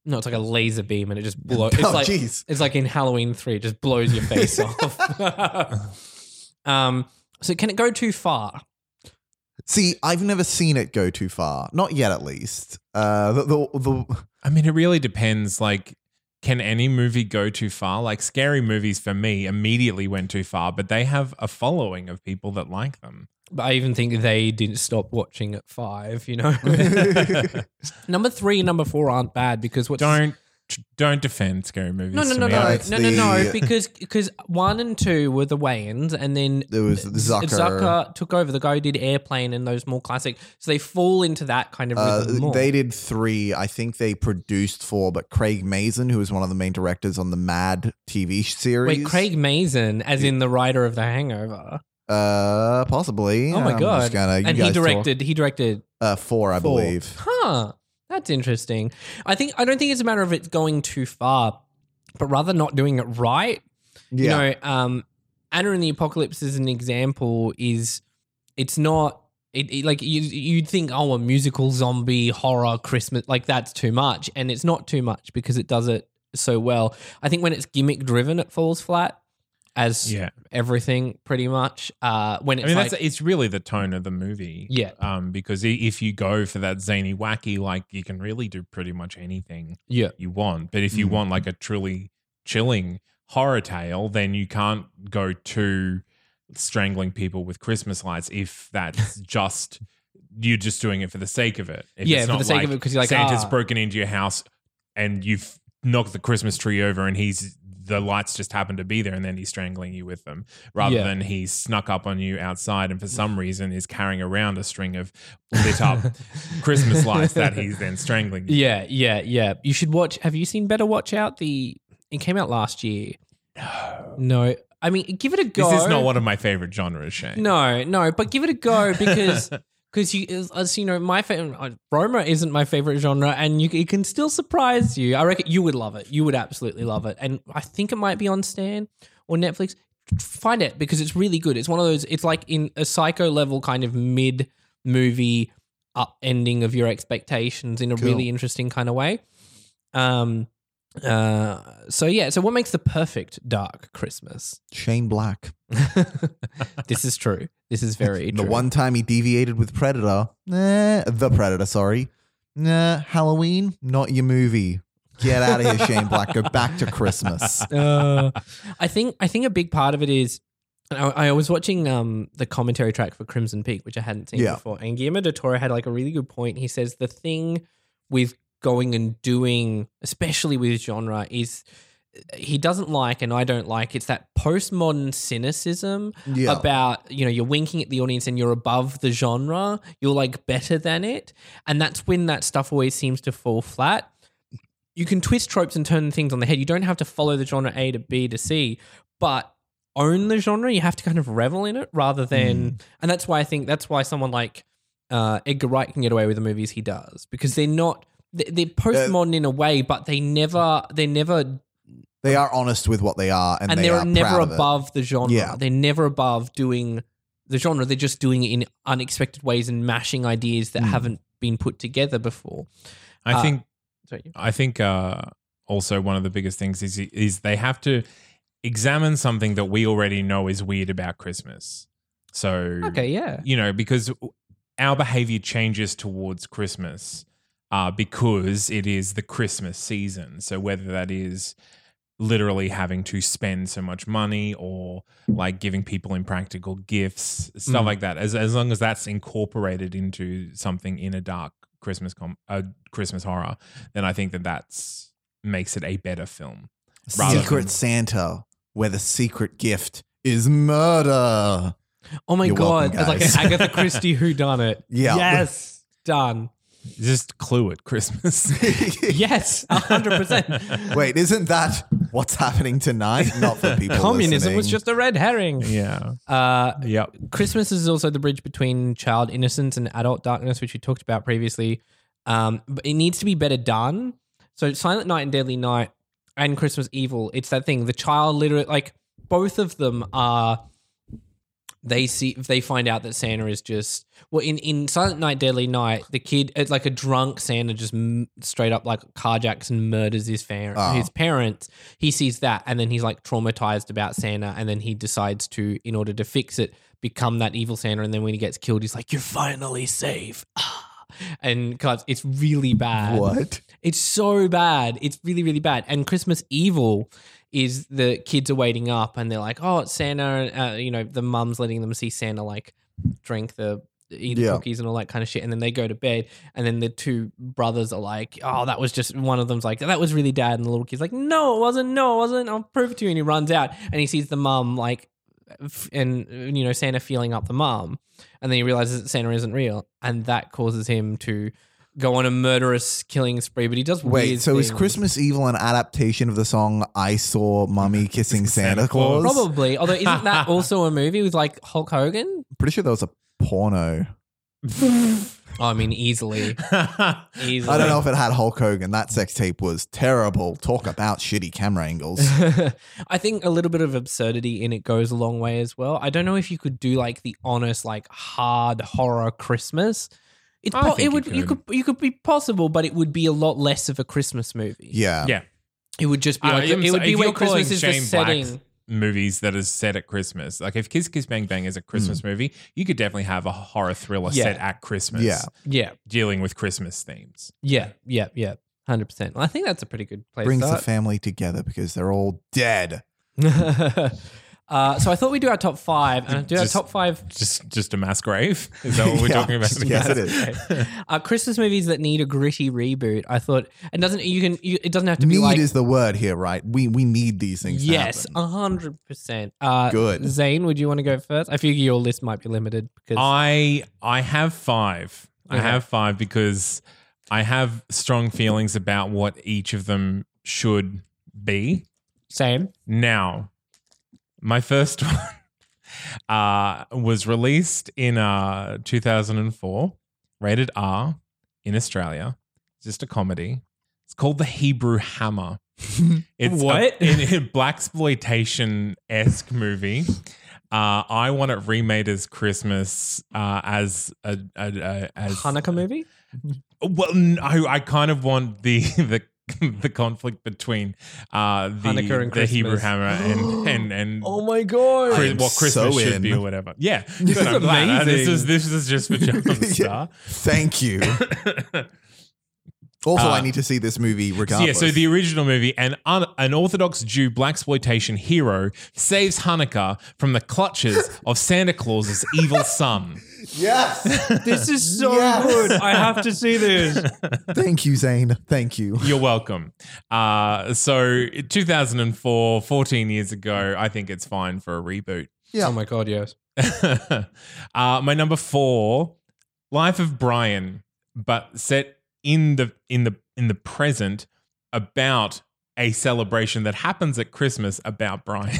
No, it's like a laser beam and it just blows. Oh, it's like jeez. it's like in Halloween three, it just blows your face off. um, so can it go too far? See, I've never seen it go too far. Not yet, at least. Uh, the, the, the I mean, it really depends. Like, can any movie go too far? Like, scary movies for me immediately went too far, but they have a following of people that like them. But I even think they didn't stop watching at five. You know, number three and number four aren't bad because what Don't don't defend scary movies. no no to no me. no It's no no no the- because because one and two were the weigh-ins and then there was Zucker. Zucker took over. The guy who did Airplane and those more classic. So they fall into that kind of rhythm Uh, more. they did three. I think they produced four, but Craig Mazin, who was one of the main directors on the Mad TV series, Wait, Craig Mazin, as in the writer of The Hangover. uh, possibly. oh my I'm god! just gonna- you and he guys talk. directed. He directed. uh, four, I Four. believe. Huh. That's interesting. I think I don't think it's a matter of it going too far, but rather not doing it right. Yeah, You know, um, Anna and the Apocalypse as an example is it's not. It, it- like you, you'd think, oh, a musical zombie horror Christmas, like that's too much, and it's not too much because it does it so well. I think when it's gimmick driven, it falls flat, as Yeah, everything pretty much. Uh, when I it's mean like, that's it's really the tone of the movie. yeah, Um, because i- if you go for that zany wacky, like you can really do pretty much anything. yeah, you want. But if you Mm. want like a truly chilling horror tale, then you can't go to strangling people with Christmas lights if that's just you're just doing it for the sake of it. If Yeah, it's for the not sake of it, 'cause you're like, Santa's ah. broken into your house and you've knocked the Christmas tree over and he's the lights just happen to be there and then he's strangling you with them rather Yeah. than he's snuck up on you outside and for some reason is carrying around a string of lit up Christmas lights that he's then strangling you yeah, yeah, yeah. You should watch. Have you seen Better Watch Out? The it came out last year. No, no. I mean, give it a go. This is not one of my favorite genres, Shane. No, no, but give it a go because because you as- as you know my favorite uh, Roma isn't my favorite genre, and you it can still surprise you. I reckon you would love it. You would absolutely love it, and I think it might be on Stan or Netflix. Find it because it's really good. It's one of those. It's like in a psycho level kind of mid movie upending of your expectations in a Cool. really interesting kind of way. Um. Uh. So yeah. So what makes the perfect dark Christmas? Shane Black. this is true. This is very The true. one time he deviated with Predator, nah, the Predator, sorry. Nah, Halloween, not your movie. Get out of here, Shane Black. Go back to Christmas. Uh, I think I think a big part of it is and I, I was watching um the commentary track for Crimson Peak, which I hadn't seen Yeah. before, and Guillermo de Toro had like a really good point. He says the thing with going and doing, especially with genre, is he doesn't like and I don't like it's that postmodern cynicism Yeah. about you know you're winking at the audience and you're above the genre you're like better than it and that's when that stuff always seems to fall flat you can twist tropes and turn things on the head you don't have to follow the genre a to b to c but own the genre you have to kind of revel in it rather than and that's why i think that's why someone like uh, edgar wright can get away with the movies he does because they're not they- they're postmodern in a way but they never they're never They are honest with what they are, and, and they they're are never proud of it. above the genre. Yeah. They're never above doing the genre. They're just doing it in unexpected ways and mashing ideas that Mm. haven't been put together before. I Uh, think So, I think uh, also one of the biggest things is is they have to examine something that we already know is weird about Christmas. So Hmm. okay, yeah. you know because our behavior changes towards Christmas uh, because it is the Christmas season. So whether that is literally having to spend so much money or like giving people impractical gifts, stuff Mm. like that. As as long as that's incorporated into something in a dark Christmas com- uh, Christmas horror, then I think that that's makes it a better film. rather Secret than- Santa, where the secret gift is murder. Oh my You're god, welcome, it's like an guys. Agatha Christie who done it. Yeah. Yes. Done. Just clue at Christmas. Yes, 100%. Wait, isn't that What's happening tonight? Not for people. Communism listening. was just a red herring. Yeah. Uh, Yep. Christmas is also the bridge between child innocence and adult darkness, which we talked about previously. Um, but it needs to be better done. So Silent Night and Deadly Night and Christmas Evil, it's that thing. The child literate like both of them are they see they find out that Santa is just well in in Silent Night Deadly Night the kid it's like a drunk Santa just m- straight up like carjacks and murders his fam- Oh. his parents he sees that and then he's like traumatized about Santa and then he decides to in order to fix it become that evil Santa and then when he gets killed he's like you're finally safe Ah." and cause it's really bad What? it's so bad. It's really, really bad. And Christmas Evil is the kids are waiting up and they're like, oh, it's Santa. And, uh, you know, the mum's letting them see Santa like drink the eat the Yeah. cookies and all that kind of shit. And then they go to bed. And then the two brothers are like, oh, that was just one of them's like, that was really dad. And the little kid's like, no, it wasn't. No, it wasn't. I'll prove it to you. And he runs out and he sees the mum like, f- and you know Santa feeling up the mum, and then he realizes that Santa isn't real, and that causes him to go on a murderous killing spree. But he does Wait, weird so is things. Christmas Evil an adaptation of the song I Saw Mummy Kissing Santa, Claus? probably? Although isn't that also a movie with like Hulk Hogan? Pretty sure that was a porno. Oh, I mean, easily, easily. I don't know if it had Hulk Hogan. That sex tape was terrible. Talk about shitty camera angles. I think a little bit of absurdity in it goes a long way as well. I don't know if you could do like the honest, like hard horror Christmas. It's I po- think it you would you could could. you could be possible, but it would be a lot less of a Christmas movie. Yeah. Yeah. It would just be Uh, like I'm it would so- be if where you're calling Christmas is the Shane setting. Black's Movies that is set at Christmas. Like if Kiss Kiss Bang Bang is a Hmm. Christmas movie, you could definitely have a horror thriller Yeah. set at Christmas. Yeah. Yeah, Dealing with Christmas themes. yeah, yeah, yeah. Hundred percent. I think that's a pretty good place. Brings to the start. family together because they're all dead. uh, so I thought we'd do our top five, and I do our Just- top five Just just a mass grave. Is that what we're Yeah. talking about? Yes, it is. uh, Christmas movies that need a gritty reboot. I thought it doesn't. You can. You, it doesn't have to be Need like is the word here, right? We we need these things. to yes, happen. hundred percent. Uh, Good. Zane, would you want to go first? I figure your list might be limited because I I have five. I Okay. have five because I have strong feelings about what each of them should be. same. Now, my first one uh, was released in uh, 2004, rated R in Australia. It's Just a comedy. It's called The Hebrew Hammer. It's What? a, black exploitation esque movie. Uh, I want it remade as Christmas uh, as a, a, a as Hanukkah movie. Well, no, I kind of want the the the conflict between uh, the Hanukkah and the Hebrew Christmas. Oh hammer and and and Oh my god! Chris- I am what Christmas so should be in. or whatever. Yeah, This is Good, I'm glad. Uh, This amazing. is this is just for John Star. Thank you. Also, I need to see this movie So, yeah, regardless. so the original movie, an un- an Orthodox Jew black exploitation hero saves Hanukkah from the clutches of Santa Claus's evil son. yes. This is so Yes. good. I have to see this. Thank you, Zane. Thank you. You're welcome. Uh, so 2004, 14 years ago, I think it's fine for a reboot. Oh my god! Yes. uh, my number four, Life of Brian, but set in the in the in the present about a celebration that happens at Christmas about Brian.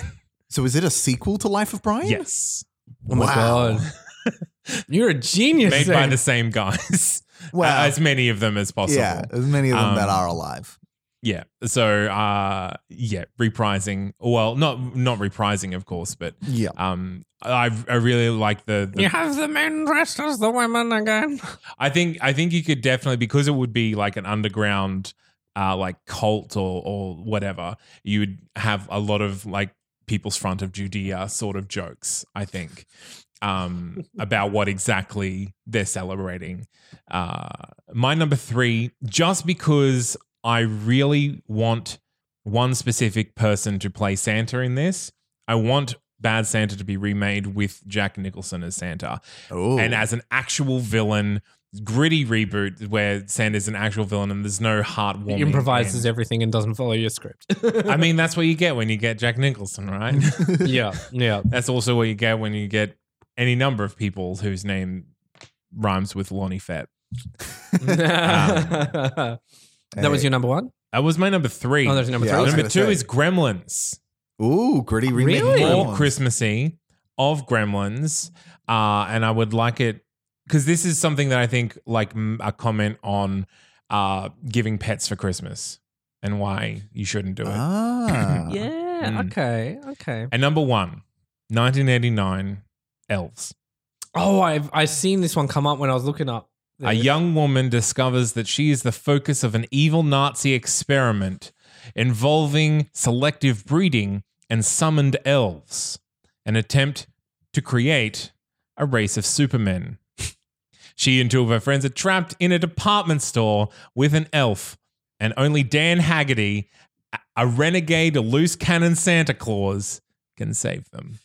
So is it a sequel to Life of Brian? yes, Oh my Wow. god! You're a genius. made by Zane. the same guys, Well, as many of them as possible. yeah, as many of them Um, that are alive. Yeah. So uh yeah, reprising. Well, not not reprising, of course, but Yeah. um I I really like the, the you have the men dressed as the women again. I think I think you could definitely because it would be like an underground uh like cult or or whatever, you would have a lot of like people's front of Judea sort of jokes, I think. Um about what exactly they're celebrating. Uh my number 3 just because I really want one specific person to play Santa in this. I want Bad Santa to be remade with Jack Nicholson as Santa Oh. and as an actual villain, gritty reboot where Santa's an actual villain and there's no heartwarming. He improvises end. everything and doesn't follow your script. I mean, that's what you get when you get Jack Nicholson, right? yeah, yeah. that's also what you get when you get any number of people whose name rhymes with Lonnie Fett. that was Hey. your number one. That was my number three. Oh, there's number Yeah, I three. was number gonna two say. is Gremlins. Ooh, gritty remake. Really? of More Gremlins. Christmassy of Gremlins, uh, and I would like it because this is something that I think like m- a comment on uh, giving pets for Christmas and why you shouldn't do it. Ah. Yeah. Mm. Okay. Okay. And number one, 1989 Elves. Oh, I've I've seen this one come up when I was looking up. A the- young woman discovers that she is the focus of an evil Nazi experiment involving selective breeding and summoned elves, an attempt to create a race of supermen. she and two of her friends are trapped in a department store with an elf, and only Dan Haggerty, a- a renegade, a loose cannon Santa Claus, can save them.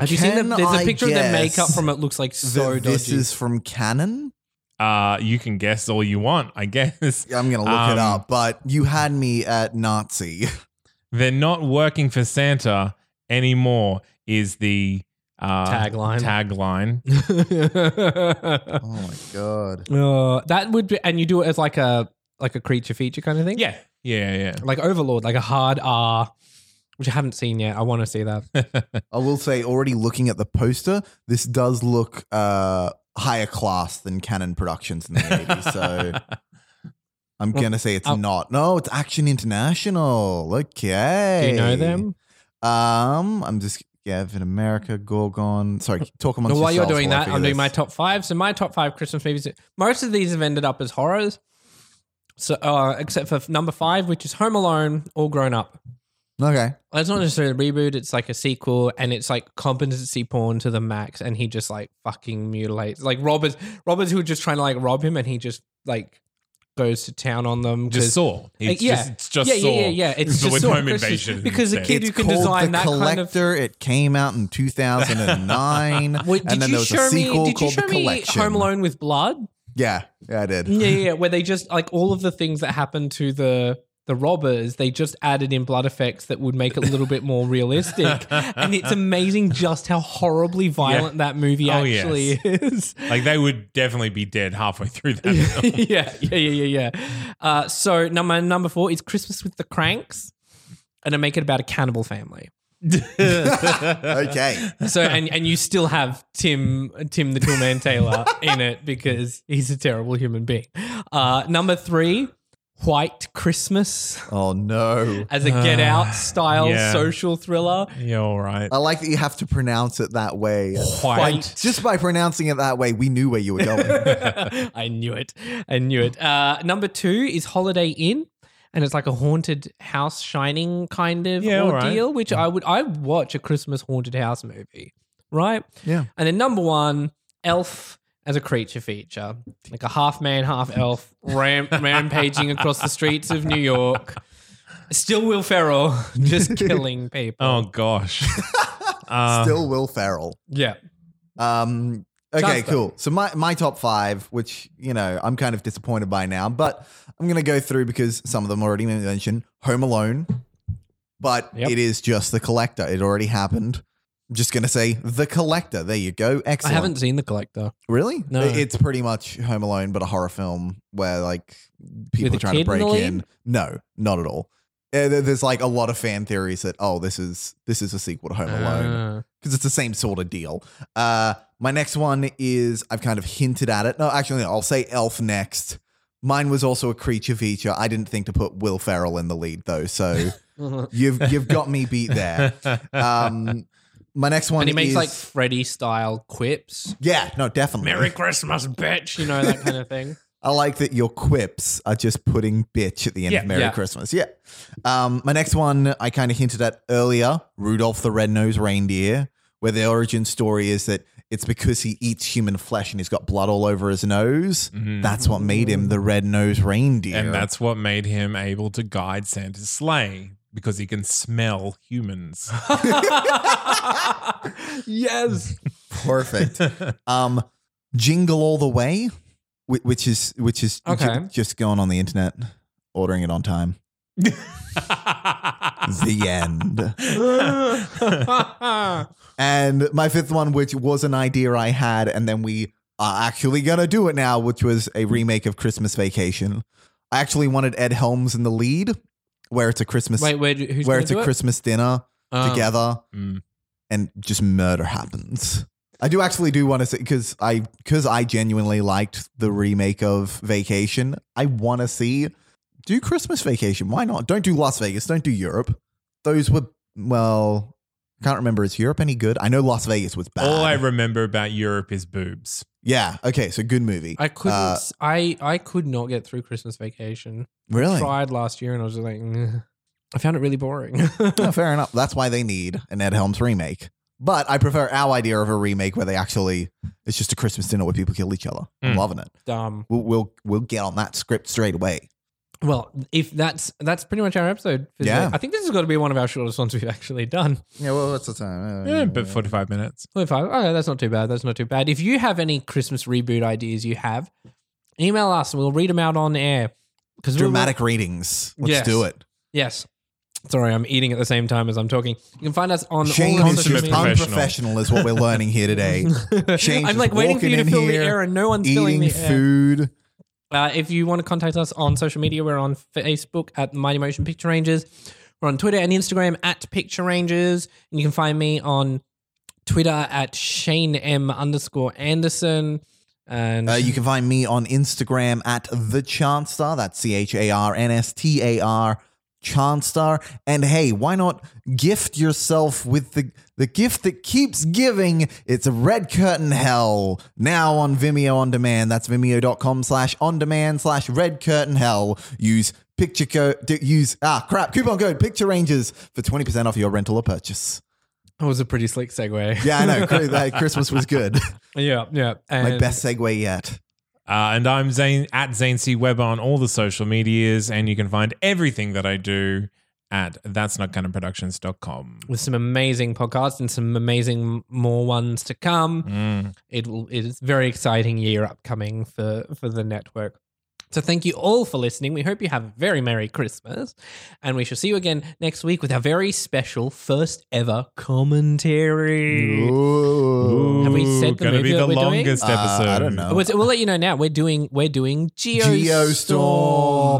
Have you seen the, Can There's a I picture of their guess makeup from it. Looks like so that this dodgy. is from canon. Uh, you can guess all you want, I guess. I'm gonna look Um, it up, but you had me at Nazi. they're not working for Santa anymore is the uh, Tagline. Tagline. oh my god. Uh, that would be, and you do it as like a like a creature feature kind of thing. Yeah, yeah, Like Overlord, like a hard R, which I haven't seen yet. I want to see that. yeah. I will say, already looking at the poster, this does look uh, higher class than canon productions in the 80s. So I'm Well, um, gonna say it's I'll- not. No, it's Action International. Okay. Do you know them? Um, I'm just Gavin America, Gorgon. Sorry, talk amongst No, while you're yourselves doing while I that, figure I'm doing this. my top five. So my top five Christmas movies. Most of these have ended up as horrors. So uh, except for number five, which is Home Alone, all grown up. Okay. Well, It's not necessarily a reboot. It's like a sequel, and it's like competency porn to the max. And he just like fucking mutilates like Roberts. Roberts who were just trying to like rob him, and he just like goes to town on them. 'cause- just Saw. It's uh, yeah. just, it's just yeah, Saw. yeah, yeah, yeah. It's So just with Saw. home It's just- invasion. because the instead. kid- it's you can called design The that kind of- Collector. It came out in 2009. Wait, did and then you there was show a sequel me? Did you called show The me Collection. Home Alone with blood? Yeah, yeah, I did. Yeah, yeah, yeah. Where they just like all of the things that happened to the the robbers, they just added in blood effects that would make it a little bit more realistic. And it's amazing just how horribly violent that movie Oh, yes. actually is. like they would definitely be dead halfway through that. film. yeah, yeah, yeah, yeah, yeah. Uh, so number number four is Christmas with the Cranks, and I make it about a cannibal family. Okay. So and and you still have Tim Tim the Toolman Taylor in it because he's a terrible human being. Uh, number three, White Christmas Oh no. as a Get Out style Uh, yeah. social thriller. You're all right. I like that you have to pronounce it that way. White. Like, just by pronouncing it that way, we knew where you were going. I knew it. I knew it. Uh, number two is Holiday Inn, and it's like a haunted house shining kind of Yeah, all right. ordeal, which I would I would watch a Christmas haunted house movie, right? Yeah. And then number one, Elf as a creature feature, like a half man, half elf, ram- rampaging across the streets of New York. Still Will Ferrell, just killing people. Oh gosh. Uh, Um, Still Will Ferrell. Yeah. Um, okay, Sounds cool. So my my top five, which you know I'm kind of disappointed by now, but I'm gonna go through because some of them already mentioned. Home Alone, but Yep. it is just the collector. It already happened. I'm just gonna say the collector. There you go. I Excellent. haven't seen The Collector. really. No. it's pretty much Home Alone, but a horror film where like With people a are trying to kid in break the in. No, not at all. Uh, there- There's like a lot of fan theories that oh, this is this is a sequel to Home Alone Ah. because it's the same sort of deal. Uh, my next one is I've kind of hinted at it. No, actually, no, I'll say Elf next. Mine was also a creature feature. I didn't think to put Will Ferrell in the lead though, so you've you've got me beat there. Um, my next one and he makes is, like Freddy style quips. yeah, no, definitely. Merry Christmas, bitch. You know, that kind of thing. I like that your quips are just putting bitch at the end Yeah, of Merry yeah. Christmas. Yeah. Um, my next one I kind of hinted at earlier Rudolph the Red-Nosed Reindeer, where the origin story is that it's because he eats human flesh and he's got blood all over his nose. Mhm. That's what made him the Red-Nosed Reindeer. and that's what made him able to guide Santa's sleigh because he can smell humans. yes. perfect. Mm. um, Jingle All the Way, whi- which is which is ju- Okay. just going on the internet, ordering it on time. The end. And my fifth one, which was an idea I had, and then we are actually gonna do it now, which was a remake of Christmas Vacation. I actually wanted Ed Helms in the lead, where it's a Christmas Wait, where, do- who's where gonna it's a do it? Christmas dinner Um, together Mm. and just murder happens. I do actually do want to see because I because I genuinely liked the remake of Vacation. I want to see do Christmas Vacation. Why not? Don't do Las Vegas. Don't do Europe. Those were well. I can't remember. Is Europe any good? I know Las Vegas was bad. All I remember about Europe is boobs. yeah. Okay. So good movie. I couldn't. Uh, s- I I could not get through Christmas Vacation. really. Tried last year, and I was just like, "Nah." I found it really boring. No, fair enough. That's why they need an Ed Helms remake. But I prefer our idea of a remake where they actually it's just a Christmas dinner where people kill each other. I'm Mm. loving it. Dumb. We'll, we'll we'll get on that script straight away. Well, if that's that's pretty much our episode. for Yeah. today. I think this has got to be one of our shortest ones we've actually done. Yeah, well, that's the time. Yeah, Eh, but 45 minutes. Well, if I- Oh, that's not too bad. That's not too bad. If you have any Christmas reboot ideas you have, email us and we'll read them out on air. Because dramatic readings. Let's Yes. do it. yes. Sorry, I'm eating at the same time as I'm talking. You can find us on Shane all is of social Consummate just media. unprofessional, is what we're learning here today. Shane's I'm like just waiting for you to walking fill in the here, air, and no one's filling Eating the air. food. Uh, if you want to contact us on social media, we're on Facebook at Mighty Motion Picture Rangers. We're on Twitter and Instagram at Picture Rangers, and you can find me on Twitter at Shane M underscore Anderson. And Uh, you can find me on Instagram at the Chanstar. That's C H A R N S T A R Chanstar. And hey, why not gift yourself with the the gift that keeps giving? It's a red curtain hell now on Vimeo on demand. That's vimeo.com slash on demand slash red curtain hell. Use picture code. d- Use ah crap coupon code Picture Rangers for twenty percent off your rental or purchase. that was a pretty slick segue. Yeah, I know. Cri- that Christmas was good. yeah, yeah. And My best segue yet. Uh, and I'm Zane at Zane C Webber on all the social medias, and you can find everything that I do at that's not kind of productions.com. with some amazing podcasts and some amazing more ones to come. Mm. it will it is a very exciting year upcoming for for the network so thank you all for listening we hope you have a very merry christmas and we shall see you again next week with our very special first ever commentary Have we said the gonna movie be the that we're doing? longest Uh, episode? I don't know. we'll, we'll let you know now we're doing we're doing Geostorm.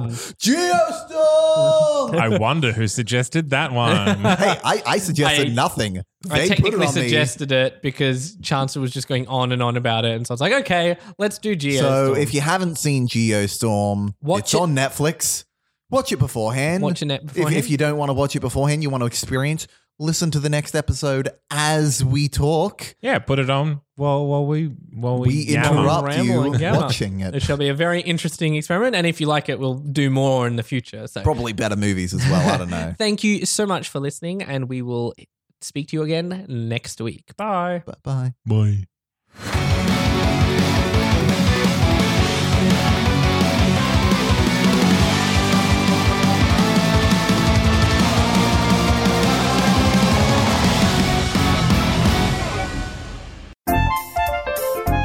geostorm Geostorm. I wonder who suggested that one. hey, I, I suggested I- nothing. They I put it technically on suggested it because Chancellor was just going on and on about it, and so I was like, "Okay, let's do me. Geostorm." So if you haven't seen Geostorm, Watch it's it- on Netflix. Watch it beforehand. watching it If, beforehand, if you don't want to watch it beforehand, you want to experience, listen to the next episode as we talk. yeah, put it on while while we while we, We yammer. interrupt you Rambling yammer. watching it it. shall be a very interesting experiment, and if you like it, we'll do more in the future. So Probably better movies as well. I don't know. Thank you so much for listening, and we will speak to you again next week. Bye. Bye bye. Bye.